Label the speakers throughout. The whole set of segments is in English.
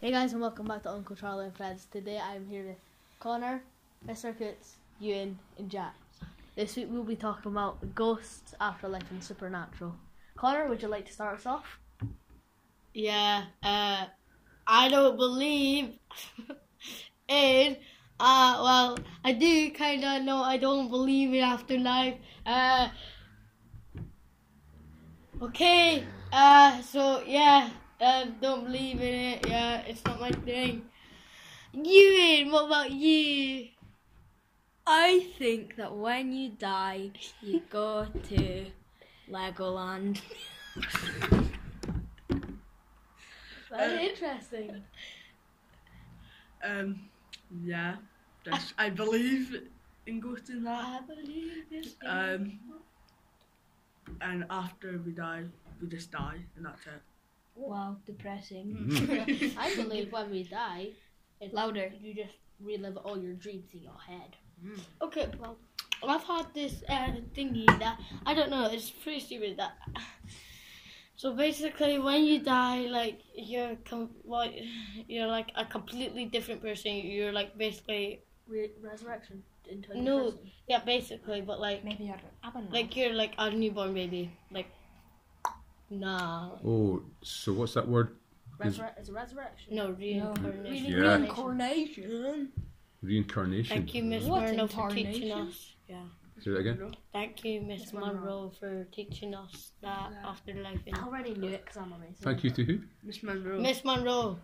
Speaker 1: Hey guys, and welcome back to Uncle Charlie and Friends. Today I'm here with Connor, Mr. Coots, Ewan, and Jack. This week we'll be talking about ghosts, afterlife, and supernatural. Connor, would you like to start us off?
Speaker 2: Yeah, uh, I don't believe in. Uh, well, I do kind of know I don't believe in afterlife. Uh, okay, uh, so yeah, um, don't believe in it. Yeah, it's not my thing. Ewan, what about you?
Speaker 3: I think that when you die, you go to Legoland.
Speaker 1: Very
Speaker 4: Uh,
Speaker 1: interesting.
Speaker 4: Um, yeah, that's, I believe in ghosts in that.
Speaker 1: believe this.
Speaker 4: Um, and after we die, we just die, and that's
Speaker 3: Wow, depressing.
Speaker 4: it.
Speaker 1: I believe when we die,
Speaker 3: Louder.
Speaker 1: you just relive all your dreams in your head.
Speaker 2: Mm. Okay, well, I've had this uh, thingy that I don't know. It's pretty stupid that. So basically, when you die, like you're com- like you're like a completely different person. You're like basically
Speaker 1: Re- resurrection into a new
Speaker 2: No.
Speaker 1: person.
Speaker 2: yeah, basically, but like
Speaker 3: Maybe I don't know.
Speaker 2: like you're like a newborn baby. Like nah,
Speaker 5: Oh, so what's that word? Is-
Speaker 1: Resurre- it's a resurrection.
Speaker 2: no reincarnation.
Speaker 5: Yeah.
Speaker 3: Reincarnation.
Speaker 5: Reincarnation.
Speaker 2: Thank you, Miss
Speaker 3: What
Speaker 2: Marlowe, for teaching
Speaker 3: incarnation?
Speaker 2: us. Yeah.
Speaker 5: Say that again.
Speaker 2: Thank you, Miss
Speaker 1: Miss Monroe.
Speaker 2: Monroe, for teaching us that
Speaker 4: Yeah.
Speaker 2: afterlife. in-
Speaker 1: I already knew it because I'm amazing.
Speaker 5: Uh, Thank you to who?
Speaker 4: Miss Monroe.
Speaker 2: Miss Monroe.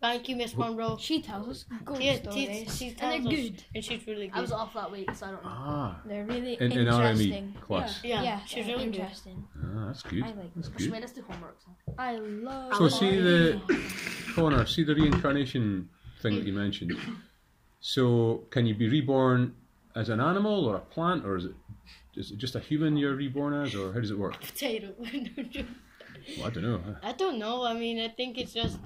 Speaker 2: Thank you, Miss
Speaker 5: Wh-
Speaker 2: Monroe.
Speaker 3: She tells us ghost
Speaker 2: Yeah, she,
Speaker 3: stories.
Speaker 2: she
Speaker 3: and
Speaker 2: tells
Speaker 3: they're
Speaker 2: us,
Speaker 3: good.
Speaker 2: and she's really good.
Speaker 1: I was off that week, so I don't know.
Speaker 5: Ah,
Speaker 3: They're really
Speaker 5: in, in
Speaker 3: interesting.
Speaker 5: RME E class.
Speaker 2: yeah,
Speaker 3: yeah,
Speaker 2: she's
Speaker 3: they're
Speaker 2: really good.
Speaker 3: interesting.
Speaker 5: Ah, that's good.
Speaker 3: I like
Speaker 5: That's
Speaker 1: She
Speaker 5: good.
Speaker 1: made us do homework. So.
Speaker 3: I love.
Speaker 5: So see the Connor, see the reincarnation thing that you mentioned. So can you be reborn as an animal or a plant, or is it is it just a human you're reborn as, or how does it work?
Speaker 2: Potato. No, joke.
Speaker 5: Well, I don't know. Ah, huh?
Speaker 2: I don't know. I mean, I think it's just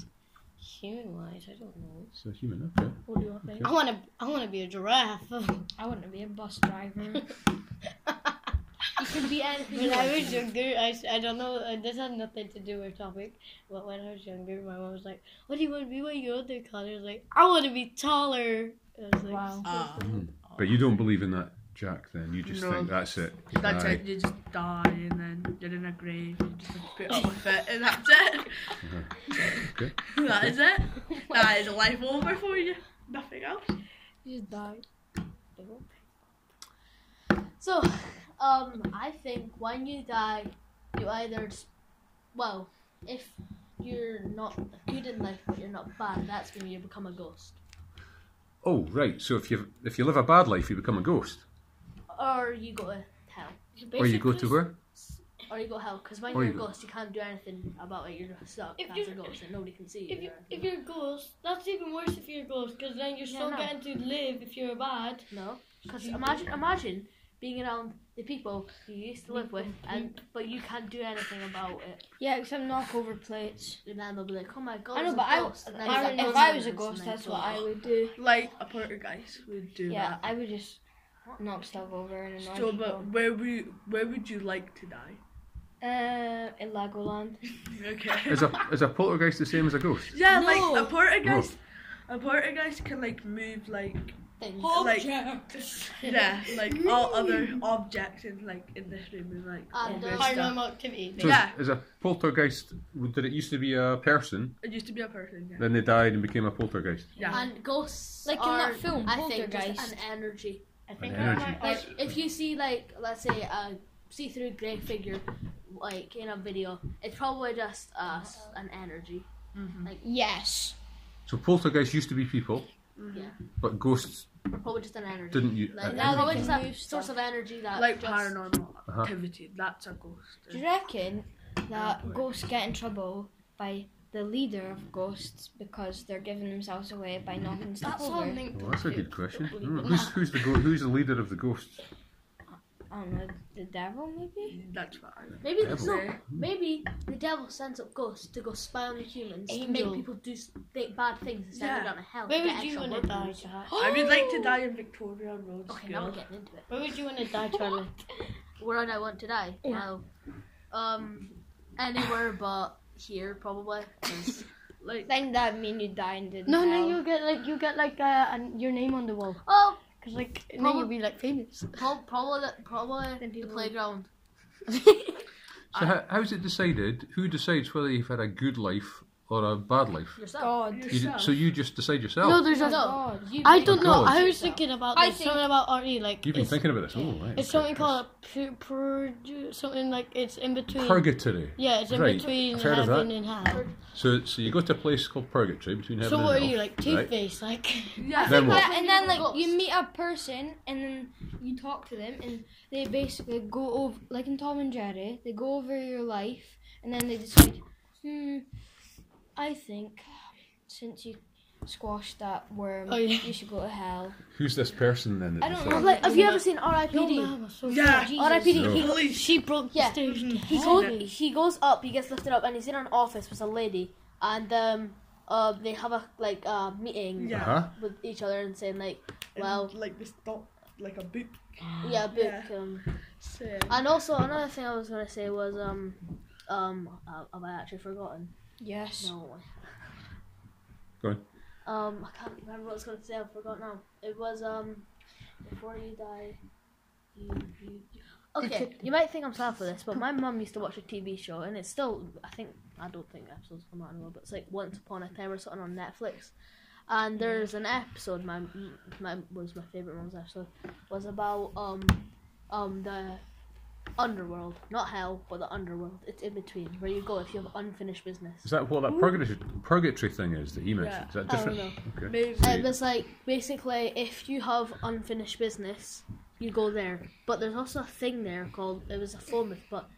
Speaker 2: human wise. I don't know.
Speaker 5: It's a human, okay.
Speaker 3: What do you think?
Speaker 2: I wanna, I wanna be a giraffe. when
Speaker 3: I want to be a bus driver.
Speaker 1: You can be anything. you
Speaker 2: I
Speaker 1: want.
Speaker 2: was younger, I, s- I don't know. Uh, this had nothing to do with topic. But when I was younger, my mom was like, "What do you want to be when you're older?" Connor I was like, "I want to be taller." I was like,
Speaker 3: Wow.
Speaker 4: Ah,
Speaker 5: Mm-hmm. Hmm. But you don't believe in that, Jack. Then you just
Speaker 4: No.
Speaker 5: think that's it.
Speaker 4: that's
Speaker 5: Aye.
Speaker 4: it. You just die, and then you're in a grave. You just have to put up with it, and that's it.
Speaker 5: Uh-huh. Okay.
Speaker 4: that is it. That is life over for you. Nothing else.
Speaker 3: you just die.
Speaker 1: So, um, I think when you die, you either, s- well, if you're not good in life but you're not bad, that's when you become a ghost,
Speaker 5: Oh right. So if you if you live a bad life, you become a ghost,
Speaker 1: or you go to hell,
Speaker 5: or you go to where?
Speaker 1: or you go to hell. Because when
Speaker 5: Or
Speaker 1: you're a
Speaker 5: you go-
Speaker 1: ghost, you can't do anything about it. You're just stuck
Speaker 2: If
Speaker 1: as
Speaker 2: you-
Speaker 1: a ghost, and nobody can see you.
Speaker 2: If you
Speaker 1: or anything.
Speaker 2: if you're a ghost, that's even worse. If you're a ghost, because then you're
Speaker 1: Yeah,
Speaker 2: still
Speaker 1: no.
Speaker 2: getting to live if you're bad.
Speaker 1: no, because imagine imagine being around the people you used to live with,
Speaker 3: Mm-hmm.
Speaker 1: and but you can't do anything about it.
Speaker 3: Yeah, except knock over plates.
Speaker 1: And then they'll be like, "Oh my god,
Speaker 3: I know,
Speaker 1: there's a
Speaker 3: but I,
Speaker 1: ghost," and then
Speaker 3: I
Speaker 1: you're
Speaker 3: if
Speaker 1: like,
Speaker 3: I was a
Speaker 1: "Nonsense,"
Speaker 3: ghost,
Speaker 1: and then
Speaker 3: that's
Speaker 1: go
Speaker 3: what I
Speaker 1: off.
Speaker 3: would do.
Speaker 4: Like a poltergeist would do
Speaker 3: Yeah,
Speaker 4: that.
Speaker 3: I would just knock stuff over and annoy
Speaker 4: So,
Speaker 3: people.
Speaker 4: but where would you, where would you like to die?
Speaker 3: Uh, in Legoland.
Speaker 4: Okay.
Speaker 5: Is a is a poltergeist the same as a ghost?
Speaker 4: Yeah,
Speaker 3: No.
Speaker 4: like a poltergeist. A poltergeist can like move like
Speaker 1: Things.
Speaker 4: like yeah, like all other objects in like in this room and like all
Speaker 1: And,
Speaker 4: this
Speaker 1: uh,
Speaker 4: stuff.
Speaker 2: Paranormal activity.
Speaker 5: So
Speaker 2: Maybe.
Speaker 5: is-
Speaker 4: Yeah.
Speaker 5: Is a poltergeist? Did it used to be a person,
Speaker 4: It used to be a person. Yeah.
Speaker 5: then they died and became a poltergeist?
Speaker 4: yeah.
Speaker 1: And ghosts
Speaker 3: Like in
Speaker 1: are,
Speaker 3: that film,
Speaker 1: I think, just
Speaker 3: Poltergeist.
Speaker 1: an energy.
Speaker 2: I think
Speaker 5: An
Speaker 2: I
Speaker 5: energy.
Speaker 2: might-
Speaker 1: Like if you see like let's say a see-through grey figure, like in a video, it's probably just uh, s-
Speaker 3: Uh-huh.
Speaker 1: an energy.
Speaker 4: Mm-hmm.
Speaker 3: Yes.
Speaker 5: So poltergeists used to be people,
Speaker 4: Mm-hmm.
Speaker 1: Yeah.
Speaker 5: but ghosts
Speaker 1: Or probably just an energy.
Speaker 5: didn't. uh, You,
Speaker 1: Like,
Speaker 3: now
Speaker 1: probably
Speaker 3: they
Speaker 1: just
Speaker 3: can
Speaker 1: that
Speaker 3: move
Speaker 1: source
Speaker 3: stuff.
Speaker 1: of energy that
Speaker 4: like
Speaker 1: just,
Speaker 4: paranormal
Speaker 5: Uh-huh.
Speaker 4: activity. That's a ghost.
Speaker 3: Do you reckon that ghosts get in trouble by the leader of ghosts because they're giving themselves away by knocking stuff
Speaker 2: That's
Speaker 3: over?
Speaker 2: something.
Speaker 5: well, Oh, that's a good question. Hmm, Who's, who's the go- who's the leader of the ghosts?
Speaker 3: I don't know, the devil maybe?
Speaker 4: That's what I
Speaker 1: Maybe
Speaker 5: Devil.
Speaker 1: no, maybe the devil sends up ghosts to go spy on the humans to make
Speaker 2: Angel.
Speaker 1: people do s- th- bad things instead
Speaker 4: Yeah.
Speaker 1: of going to hell. to
Speaker 2: Where
Speaker 1: get
Speaker 2: would you
Speaker 1: extra
Speaker 2: want to
Speaker 1: workers.
Speaker 2: die, Jack?
Speaker 4: I would like to die in Victoria Road
Speaker 1: Okay, now
Speaker 4: School.
Speaker 1: we're getting into it.
Speaker 2: Where would you want to die, Charlie?
Speaker 1: Where would I want to die?
Speaker 3: Yeah.
Speaker 1: Well, um, anywhere but here probably. 'cause
Speaker 4: Like
Speaker 3: Then that mean you die and did
Speaker 2: No,
Speaker 3: hell.
Speaker 2: no, you get like you get like uh, an, your name on the wall
Speaker 1: Oh,
Speaker 2: because like and then
Speaker 1: Probably-
Speaker 2: you'll be like famous.
Speaker 1: prob- probably, probably the
Speaker 3: Then people-
Speaker 1: playground.
Speaker 5: So how, how's it decided? Who decides whether you've had a good life or a bad life?
Speaker 1: Yourself.
Speaker 3: God.
Speaker 5: You, d-
Speaker 4: yourself.
Speaker 5: so you just decide yourself.
Speaker 2: No, there's
Speaker 1: No,
Speaker 2: a.
Speaker 3: Oh God. You
Speaker 2: I
Speaker 3: make-
Speaker 2: don't know.
Speaker 5: God.
Speaker 2: I was thinking about
Speaker 3: I
Speaker 2: this,
Speaker 3: think-
Speaker 2: something about RE like
Speaker 5: You've been
Speaker 2: it's,
Speaker 5: thinking about this. Oh,
Speaker 2: it's
Speaker 5: right. okay.
Speaker 2: something called pu- purge something like it's in between.
Speaker 5: purgatory.
Speaker 2: Yeah, it's in
Speaker 5: Right,
Speaker 2: between
Speaker 5: I've heard of
Speaker 2: heaven
Speaker 5: that.
Speaker 2: and hell.
Speaker 5: So, so you go to a place called purgatory between heaven
Speaker 2: So
Speaker 5: and
Speaker 2: what are
Speaker 5: hell,
Speaker 2: you like
Speaker 5: right?
Speaker 2: toothpaste? Like
Speaker 4: yeah,
Speaker 5: Then what?
Speaker 3: Yeah, and then like you
Speaker 1: Ghosts.
Speaker 3: meet a person and then you talk to them and they basically go over like in Tom and Jerry, they go over your life and then they decide, hmm, I think since you squashed that worm,
Speaker 2: Oh, yeah.
Speaker 3: you should go to hell.
Speaker 5: Who's this person then? That
Speaker 3: I
Speaker 5: you
Speaker 3: don't
Speaker 5: thought-
Speaker 3: know.
Speaker 1: Like, have you ever seen
Speaker 2: your
Speaker 1: R.I.P.D.?
Speaker 2: mama, so
Speaker 4: Yeah.
Speaker 2: sad.
Speaker 1: R.I.P.D.
Speaker 5: No.
Speaker 1: He,
Speaker 4: Holy sh-
Speaker 2: She broke
Speaker 1: Yeah.
Speaker 2: the stage.
Speaker 4: Mhm.
Speaker 2: to
Speaker 1: he
Speaker 2: hell.
Speaker 1: goes he goes up, he gets lifted up, and he's in an office with a lady, and um, uh, they have a like uh, meeting
Speaker 4: Yeah.
Speaker 5: Uh-huh.
Speaker 1: with each other and saying like,
Speaker 4: and,
Speaker 1: well,
Speaker 4: like this dot, like a boot.
Speaker 1: yeah, book.
Speaker 4: Yeah.
Speaker 1: Um,
Speaker 4: So,
Speaker 1: and also another thing I was gonna say was um, um, uh, have I actually forgotten?
Speaker 3: Yes.
Speaker 1: No.
Speaker 5: Go on.
Speaker 1: Um, I can't remember what I was going to say. I forgot now. It was um, before you die, you. you you- Okay, you might think I'm sad for this, but my mum used to watch a TV show, and it's still, I think, I don't think episodes come out anymore, but it's like Once Upon a Time or something on Netflix. And there's an episode, my, my was my favourite mum's episode, was about um, um, the underworld. Not hell, but the underworld. It's in between, where you go if you have unfinished business.
Speaker 5: Is that what that purgatory, purgatory thing is that he
Speaker 4: Yeah.
Speaker 5: mentioned? Is that
Speaker 1: I don't
Speaker 5: different?
Speaker 1: know.
Speaker 5: Okay.
Speaker 4: maybe
Speaker 1: It was like basically if you have unfinished business, you go there. But there's also a thing there called it was a phone booth. But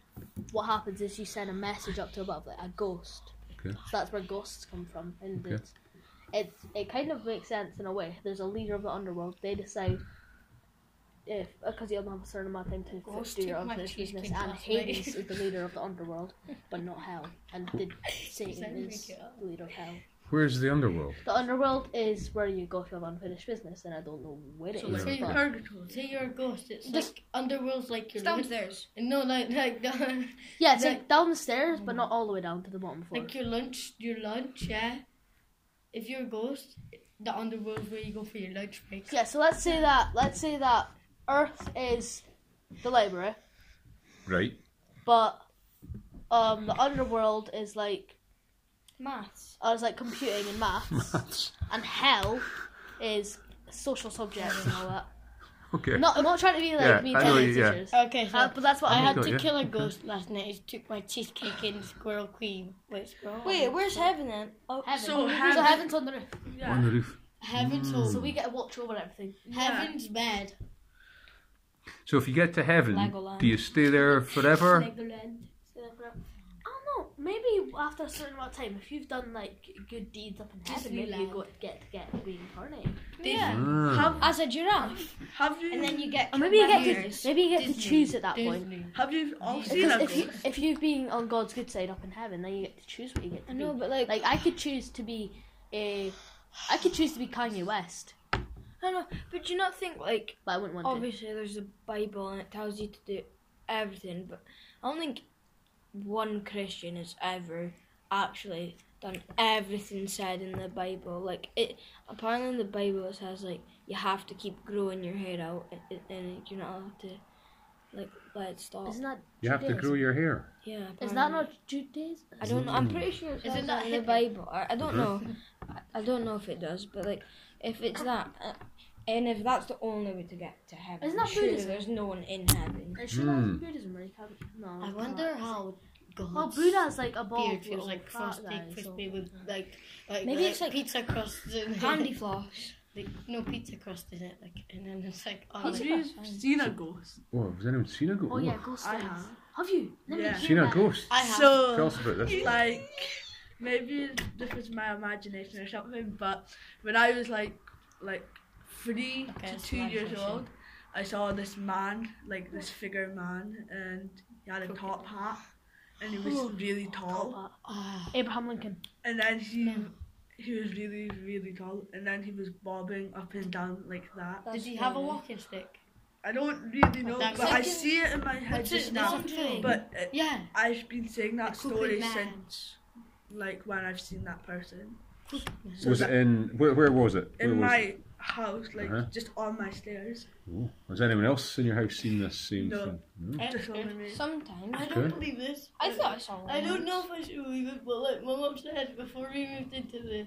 Speaker 1: what happens is you send a message up to above like a ghost.
Speaker 5: Okay.
Speaker 1: So that's where ghosts come from, and
Speaker 5: Okay.
Speaker 1: it's, it's it kind of makes sense in a way. There's a leader of the underworld. They decide if because you'll have a certain amount of time to
Speaker 2: Ghost
Speaker 1: do your
Speaker 2: took my
Speaker 1: unfinished business,
Speaker 2: cheesecake
Speaker 1: and
Speaker 2: last night.
Speaker 1: Hades is the leader of the underworld, but not hell, and the, Satan
Speaker 2: Sounds
Speaker 1: is
Speaker 2: like it.
Speaker 1: the leader of hell.
Speaker 5: Where's the underworld?
Speaker 1: The underworld is where you go to have unfinished business, and I don't know where it is.
Speaker 2: So like,
Speaker 5: Yeah.
Speaker 2: say you're,
Speaker 1: but-
Speaker 4: purgatory.
Speaker 2: say you're a ghost. It's
Speaker 3: This-
Speaker 2: like underworld's like your lun-
Speaker 3: downstairs.
Speaker 2: No, like like the,
Speaker 1: yeah, it's
Speaker 2: the-
Speaker 1: like down the stairs, but not all the way down to the bottom floor.
Speaker 2: like your lunch, your lunch. Yeah. If you're a ghost, the underworld's where you go for your lunch break.
Speaker 1: yeah, so let's say that let's say that Earth is the library,
Speaker 5: Right.
Speaker 1: but um, the underworld is like
Speaker 3: Maths.
Speaker 1: uh, it's like computing and maths,
Speaker 5: Maths.
Speaker 1: and Hell is social subjects and all that.
Speaker 5: Okay.
Speaker 1: Not, I'm not trying to be like
Speaker 5: Yeah,
Speaker 1: mean
Speaker 5: I
Speaker 1: to
Speaker 5: know,
Speaker 1: any
Speaker 5: yeah.
Speaker 1: teachers,
Speaker 2: Okay, so
Speaker 1: Uh, but that's what
Speaker 2: I
Speaker 1: I
Speaker 2: had
Speaker 5: got
Speaker 2: to
Speaker 5: ya.
Speaker 2: kill a ghost last night. It took my cheesecake and squirrel cream. Wait, squirrel?
Speaker 3: Wait, where's heaven then? Oh,
Speaker 1: Heaven.
Speaker 4: So
Speaker 1: So,
Speaker 4: heaven-
Speaker 1: heaven's on the roof,
Speaker 5: On the
Speaker 4: Yeah.
Speaker 5: roof.
Speaker 2: Heaven's
Speaker 5: Mm.
Speaker 2: home.
Speaker 1: so we get to watch over everything.
Speaker 4: yeah.
Speaker 2: Heaven's bed.
Speaker 5: So if you get to heaven,
Speaker 3: Legoland.
Speaker 5: do you stay there forever?
Speaker 1: Stay there forever. I don't know. Maybe after a certain amount of time, if you've done like good deeds up in heaven, maybe you
Speaker 2: Disneyland.
Speaker 1: go get to get reincarnated.
Speaker 3: Yeah.
Speaker 5: Ah.
Speaker 4: Have,
Speaker 3: As a giraffe.
Speaker 4: have you
Speaker 3: And then you get
Speaker 1: Or maybe you get
Speaker 3: years.
Speaker 1: to maybe you get
Speaker 2: Disney.
Speaker 1: to choose at that point.
Speaker 2: Disney.
Speaker 4: have you all seen
Speaker 1: Because
Speaker 4: a
Speaker 1: if you
Speaker 4: ghost?
Speaker 1: if you've been on God's good side up in heaven, then you get to choose what you get to
Speaker 3: I know,
Speaker 1: be.
Speaker 3: but like,
Speaker 1: Like I could choose to be a, I could choose to be Kanye West,
Speaker 3: I know, but do you not think like
Speaker 1: but I wouldn't want to.
Speaker 3: obviously there's a Bible and it tells you to do everything, but I don't think one Christian has ever actually done everything said in the Bible. Like it, apparently in the Bible it says like you have to keep growing your hair out and- and, and you're not allowed to like let it stop.
Speaker 1: Isn't that
Speaker 5: You have to
Speaker 1: Judaism?
Speaker 5: grow your hair.
Speaker 3: yeah,
Speaker 1: Is that
Speaker 3: apparently.
Speaker 1: not Judaism?
Speaker 3: I don't know. I'm pretty sure it
Speaker 2: Isn't that
Speaker 3: says that in the
Speaker 2: hippie?
Speaker 3: Bible. I, I don't know. I, I don't know if it does, but like, if it's that, uh, and if that's the only way to get to heaven,
Speaker 1: Isn't that
Speaker 3: surely
Speaker 1: Buddhism?
Speaker 3: there's no one in heaven.
Speaker 1: It should not be
Speaker 5: Hmm.
Speaker 1: Buddhism, right? Can't- No.
Speaker 2: I
Speaker 1: it's
Speaker 2: wonder
Speaker 1: not.
Speaker 2: how God's
Speaker 3: Oh,
Speaker 1: Well, Buddha's like a bald
Speaker 2: beard feels
Speaker 1: little
Speaker 2: like
Speaker 1: fat
Speaker 2: frosty,
Speaker 1: guy, so-
Speaker 2: crispy with like, like uh,
Speaker 3: Maybe it's like
Speaker 2: pizza crust. in it.
Speaker 3: Candy floss.
Speaker 2: Like, no pizza crust in it. Like, and then it's like oh,
Speaker 4: Have
Speaker 2: like,
Speaker 4: you seen a ghost?
Speaker 5: Oh, has anyone seen a ghost?
Speaker 1: Oh yeah, ghost
Speaker 4: I
Speaker 1: stories.
Speaker 4: have.
Speaker 1: Have you?
Speaker 4: Yeah.
Speaker 5: Seen a
Speaker 1: that.
Speaker 5: ghost?
Speaker 2: I have.
Speaker 4: So
Speaker 5: Tell us about this.
Speaker 4: like maybe this was my imagination or something, but when I was like like three
Speaker 2: Okay,
Speaker 4: to
Speaker 2: it's
Speaker 4: two
Speaker 2: my
Speaker 4: years
Speaker 2: impression.
Speaker 4: old, I saw this man, like this figure man, and he had a top hat, and he
Speaker 2: Oh,
Speaker 4: was really tall,
Speaker 2: Ah,
Speaker 1: Abraham Lincoln.
Speaker 4: and then he
Speaker 2: No.
Speaker 4: he was really really tall, and then he was bobbing up and down like that.
Speaker 2: did he have a walking stick?
Speaker 4: I don't really know,
Speaker 2: That's
Speaker 4: but I
Speaker 2: like-
Speaker 4: see it in my head
Speaker 2: What's his
Speaker 4: just now.
Speaker 2: name?
Speaker 4: But it,
Speaker 2: Yeah.
Speaker 4: I've been saying that
Speaker 2: Like Cooper
Speaker 4: story
Speaker 2: Man.
Speaker 4: since like when I've seen that person. So
Speaker 5: Was it
Speaker 4: that-
Speaker 5: in where? Where was it? Where
Speaker 4: in
Speaker 5: was
Speaker 4: my
Speaker 5: it?
Speaker 4: house, like
Speaker 5: Uh-huh.
Speaker 4: just on my stairs?
Speaker 5: Ooh. Has anyone else in your house seen this same
Speaker 4: No.
Speaker 5: thing? No.
Speaker 4: Just only me.
Speaker 3: Sometimes.
Speaker 2: I
Speaker 5: Okay.
Speaker 2: don't believe this.
Speaker 3: I thought I saw one.
Speaker 2: I don't know if I should believe it, but like my mum said before we moved into the.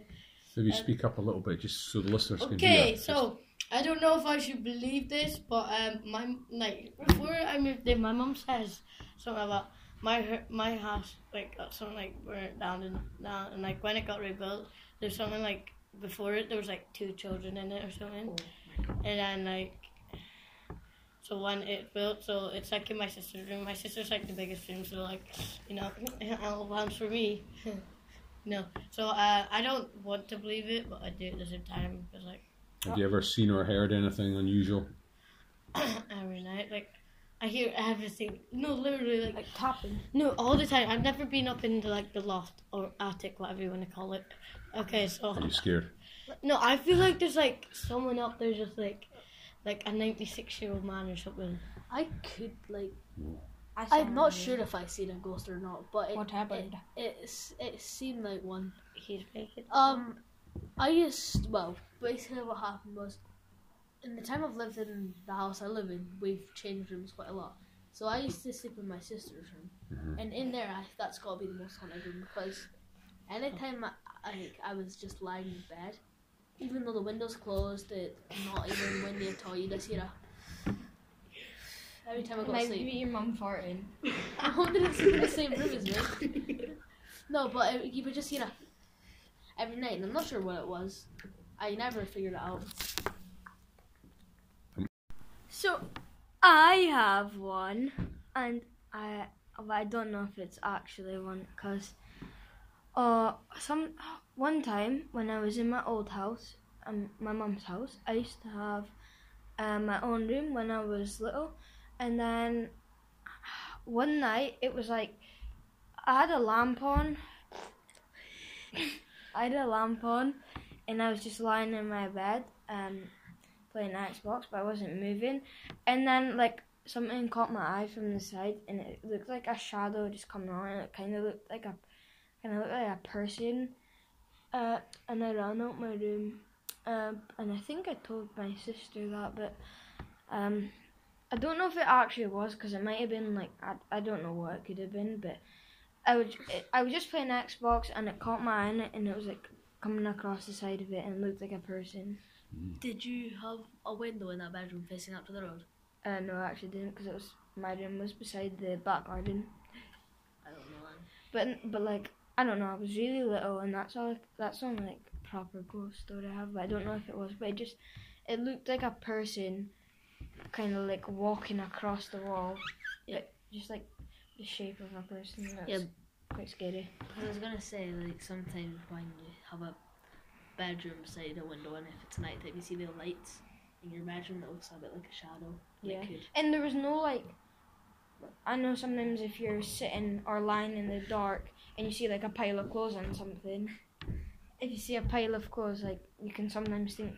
Speaker 5: Maybe
Speaker 2: Um,
Speaker 5: speak up a little bit, just so the listeners can hear.
Speaker 2: Okay, so I don't know if I should believe this, but um, my like before I moved in, my mum says something about my her- my house like got something like burnt down and down, and like when it got rebuilt, there's something like before it there was like two children in it or something, and then like. So when it built, so it's like in my sister's room. My sister's like the biggest room, so like, you know, allowance for me. no, so uh, I don't want to believe it, but I do at the same time because like
Speaker 5: Have you ever seen or heard anything unusual?
Speaker 2: every night. Like, I hear everything. No, literally, like,
Speaker 3: Like tapping.
Speaker 2: no, all the time. I've never been up into like the loft or attic, whatever you want to call it. Okay, so
Speaker 5: Are you scared?
Speaker 2: no, I feel like there's like someone up there, just like, like a ninety-six-year-old man or something.
Speaker 1: I could like.
Speaker 3: I saw
Speaker 1: I'm not
Speaker 3: one.
Speaker 1: sure if I seen a ghost or not, but it
Speaker 3: What happened?
Speaker 1: it, s- it seemed like one.
Speaker 2: He's making.
Speaker 1: Um, I just well, basically what happened was, in the time I've lived in the house I live in, we've changed rooms quite a lot. So I used to sleep in my sister's room,
Speaker 5: Mhm.
Speaker 1: and in there I, that's got to be the most haunted room because anytime I, I I was just lying in bed, even though the windows closed, it not even windy at all. You just hear a. Every time I go to
Speaker 3: Maybe
Speaker 1: sleep,
Speaker 3: your mum farting.
Speaker 1: I hope they didn't sleep in the same room as me. No, but it, you would just you know every night, and I'm not sure what it was. I never figured it out.
Speaker 3: So, I have one, and I but I don't know if it's actually one because, uh, some one time when I was in my old house, um, my mum's house, I used to have, um, my own room when I was little, and then, one night it was like, I had a lamp on. I had a lamp on, and I was just lying in my bed, um, playing Xbox, but I wasn't moving. And then like something caught my eye from the side, and it looked like a shadow just coming on, and it kind of looked like a kind of looked like a person. Uh, and I ran out my room, um, and I think I told my sister that, but um, I don't know if it actually was because it might have been like I, I don't know what it could have been, but I was it, I was just playing Xbox and it caught my eye and it, and it was like coming across the side of it and looked like a person.
Speaker 1: Did you have a window in that bedroom facing out to the road?
Speaker 3: Uh, no, I actually didn't because it was my room was beside the back garden.
Speaker 1: I don't know. Man.
Speaker 3: But but like I don't know, I was really little, and that's all. That's the only like proper ghost story I have. But I don't know if it was, but it just it looked like a person, kind of like walking across the wall.
Speaker 1: Yeah.
Speaker 3: Like, just like the shape of a person. That's
Speaker 1: Yeah.
Speaker 3: Quite scary.
Speaker 1: I was gonna say like sometimes when you have a bedroom beside a window, and if it's nighttime, you see the lights in your bedroom that looks a bit like a shadow. and
Speaker 3: Yeah.
Speaker 1: It could.
Speaker 3: And there was no like. I know sometimes if you're sitting or lying in the dark and you see like a pile of clothes on something, if you see a pile of clothes, like you can sometimes think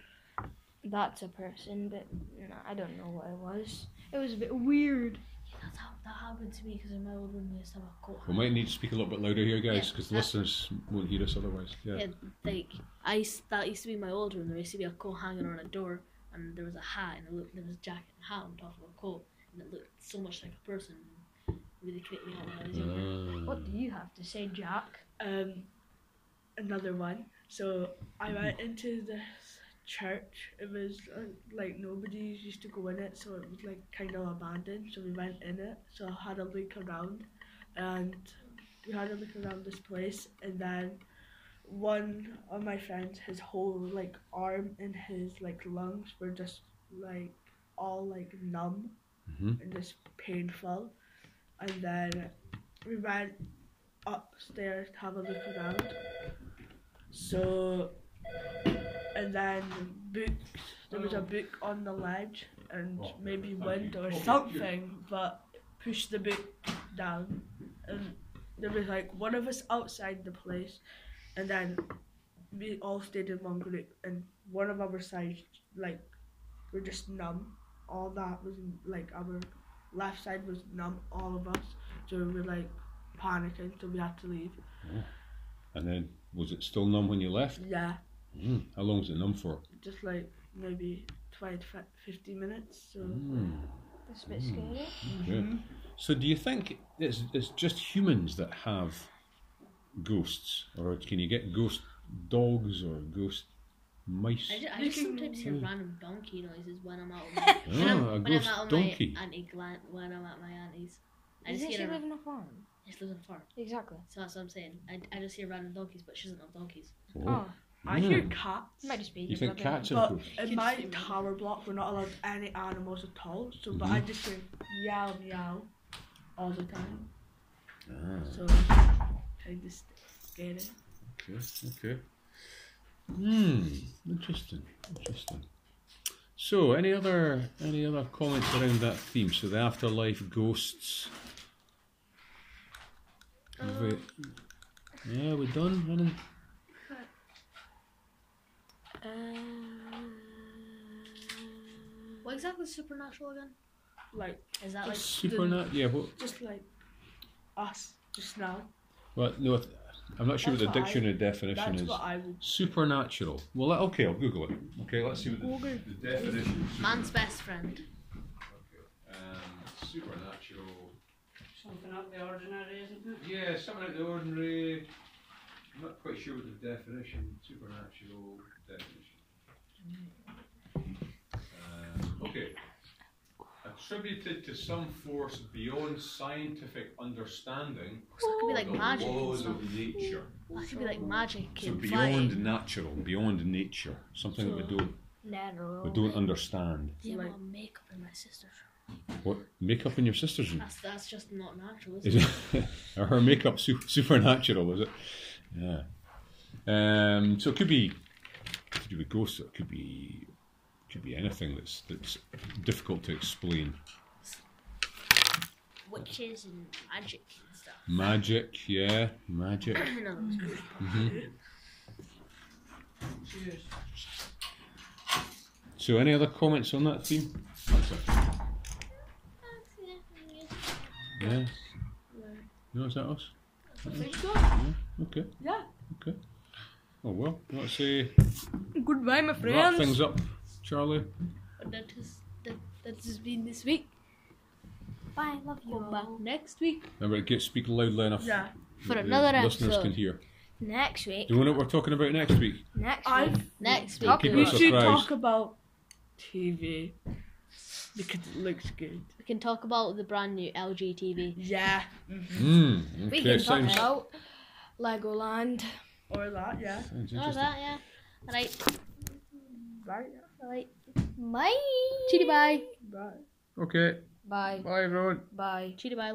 Speaker 3: that's a person, but no, I don't know what it was. It was a bit weird.
Speaker 1: That's how that happened to me because in my old room we used to have a coat.
Speaker 5: We might need to speak a little bit louder here, guys,
Speaker 1: Yeah.
Speaker 5: because the listeners won't hear us otherwise. Yeah.
Speaker 1: Yeah, like I used, that used to be my old room. There used to be a coat hanging on a door, and there was a hat, and it looked, there was a jacket and hat on top of a coat, and it looked so much like a person. It really creeped me out when I was younger.
Speaker 5: Ah.
Speaker 3: What do you have to say, Jack?
Speaker 4: um, another one. So I went into this church. It was uh, like nobody used to go in it, so it was like kind of abandoned. So we went in it. So I had a look around, and we had a look around this place, and then one of my friends, his whole like arm and his like lungs were just like all like numb
Speaker 5: Mhm.
Speaker 4: and just painful. And then we went upstairs to have a look around. So, and then books. There was a book on the ledge, and
Speaker 5: Oh,
Speaker 4: maybe
Speaker 5: thank
Speaker 4: wind
Speaker 5: you.
Speaker 4: or
Speaker 5: Oh, good.
Speaker 4: something, but pushed the book down. And there was like one of us outside the place, and then we all stayed in one group, and one of our sides like were just numb. All that was like our left side was numb. All of us, so we were like panicking, so we had to leave.
Speaker 5: I And then was it still numb when you left?
Speaker 4: Yeah,
Speaker 5: Mm. How long was it numb for?
Speaker 4: just like maybe 20, 50 minutes. So
Speaker 5: Mm.
Speaker 1: It's a bit scary.
Speaker 5: Yeah. So do you think it's it's just humans that have ghosts, or can you get ghost dogs or ghost mice?
Speaker 1: I, ju- I
Speaker 4: You
Speaker 1: just
Speaker 4: can-
Speaker 1: sometimes hear random donkey noises when I'm out. Of my, when I'm,
Speaker 5: Ah, a
Speaker 1: when I'm
Speaker 5: ghost
Speaker 1: out of
Speaker 5: donkey.
Speaker 1: my auntie glan when I'm at my auntie's. I
Speaker 3: Doesn't
Speaker 1: just
Speaker 3: she
Speaker 1: hear
Speaker 3: live
Speaker 1: her,
Speaker 3: in a farm?
Speaker 1: just lives on a farm.
Speaker 3: Exactly.
Speaker 1: So that's what I'm saying. I, I just hear random donkeys, but she doesn't have donkeys.
Speaker 5: Oh.
Speaker 3: Oh,
Speaker 4: I hear
Speaker 5: Mm.
Speaker 4: cats.
Speaker 3: it might just be.
Speaker 1: Oh,
Speaker 5: You think cats are
Speaker 4: But
Speaker 5: ghosts?
Speaker 4: in my tower block, we're not allowed any animals at all. So, but I just hear meow meow all the time.
Speaker 5: Ah,
Speaker 4: So kind of scary.
Speaker 5: okay, okay. Hmm, interesting, interesting. So, any other any other comments around that theme? So, the afterlife, ghosts. Have
Speaker 4: Um,
Speaker 5: we- yeah, we done. Any?
Speaker 1: What exactly is supernatural again?
Speaker 4: Like
Speaker 1: Is that like
Speaker 5: Supernat? Yeah. What?
Speaker 4: just like us just now.
Speaker 5: Well, no, I th- I'm not sure
Speaker 4: That's
Speaker 5: what the
Speaker 4: what I-
Speaker 5: dictionary definition
Speaker 4: That's
Speaker 5: is.
Speaker 4: what I would.
Speaker 5: Supernatural. Well, let- okay, I'll Google it. Okay, let's see what the, the definition. is.
Speaker 1: man's best friend?
Speaker 5: Um, supernatural.
Speaker 6: Something out the ordinary, isn't it?
Speaker 5: Yeah, something out of the ordinary. I'm not quite sure what the definition, supernatural definition. Um, okay. Attributed to some force beyond scientific understanding
Speaker 1: So it could be
Speaker 5: or
Speaker 1: like
Speaker 5: the
Speaker 1: magic. and
Speaker 5: laws
Speaker 1: stuff.
Speaker 5: of nature.
Speaker 1: That could be like magic
Speaker 5: Oh, So
Speaker 1: and
Speaker 5: beyond
Speaker 1: flying.
Speaker 5: natural, beyond nature, something that we don't we
Speaker 3: Narrow.
Speaker 5: don't understand.
Speaker 1: Yeah,
Speaker 4: Like-
Speaker 1: but makeup in my sister's room.
Speaker 5: What makeup in your sister's room?
Speaker 1: That's that's just not natural. Is
Speaker 5: Is
Speaker 1: it?
Speaker 5: it? Or her makeup su- supernatural? Is it? Yeah. Um, so it could be could be ghosts. It could be could be anything that's that's difficult to explain.
Speaker 1: Witches and magic and stuff.
Speaker 5: Magic, yeah, magic.
Speaker 1: no, that was good.
Speaker 6: Cheers.
Speaker 5: So any other comments on that theme? Yeah. No, is that us? Okay.
Speaker 4: Yeah.
Speaker 5: Okay. Oh well, let's say
Speaker 3: Goodbye, my
Speaker 5: wrap things up, Charlie.
Speaker 1: But that has that that has been this week.
Speaker 3: Bye. Love you.
Speaker 1: Come back next week
Speaker 5: Remember, get speak loud enough.
Speaker 4: Yeah.
Speaker 1: for
Speaker 5: that the
Speaker 1: another
Speaker 5: listeners
Speaker 1: episode.
Speaker 5: can hear.
Speaker 3: Next week.
Speaker 5: Do you know what we're talking about next week?
Speaker 3: Next
Speaker 4: I
Speaker 3: week.
Speaker 1: Next week
Speaker 3: Talk
Speaker 5: Keep
Speaker 4: we
Speaker 5: it a
Speaker 4: should
Speaker 5: surprise.
Speaker 4: talk about TV because it looks good.
Speaker 1: we can talk about the brand new LG TV.
Speaker 4: Yeah.
Speaker 5: Mm, okay,
Speaker 3: We can talk
Speaker 5: sounds,
Speaker 3: about Legoland.
Speaker 4: Or that. Yeah.
Speaker 5: sounds
Speaker 1: Oh,
Speaker 5: interesting.
Speaker 1: that yeah. Right,
Speaker 4: Right.
Speaker 1: right.
Speaker 3: Bye.
Speaker 1: Cheaty bye.
Speaker 4: Right.
Speaker 5: Okay,
Speaker 3: Bye.
Speaker 5: bye everyone.
Speaker 3: Bye.
Speaker 1: Cheaty bye.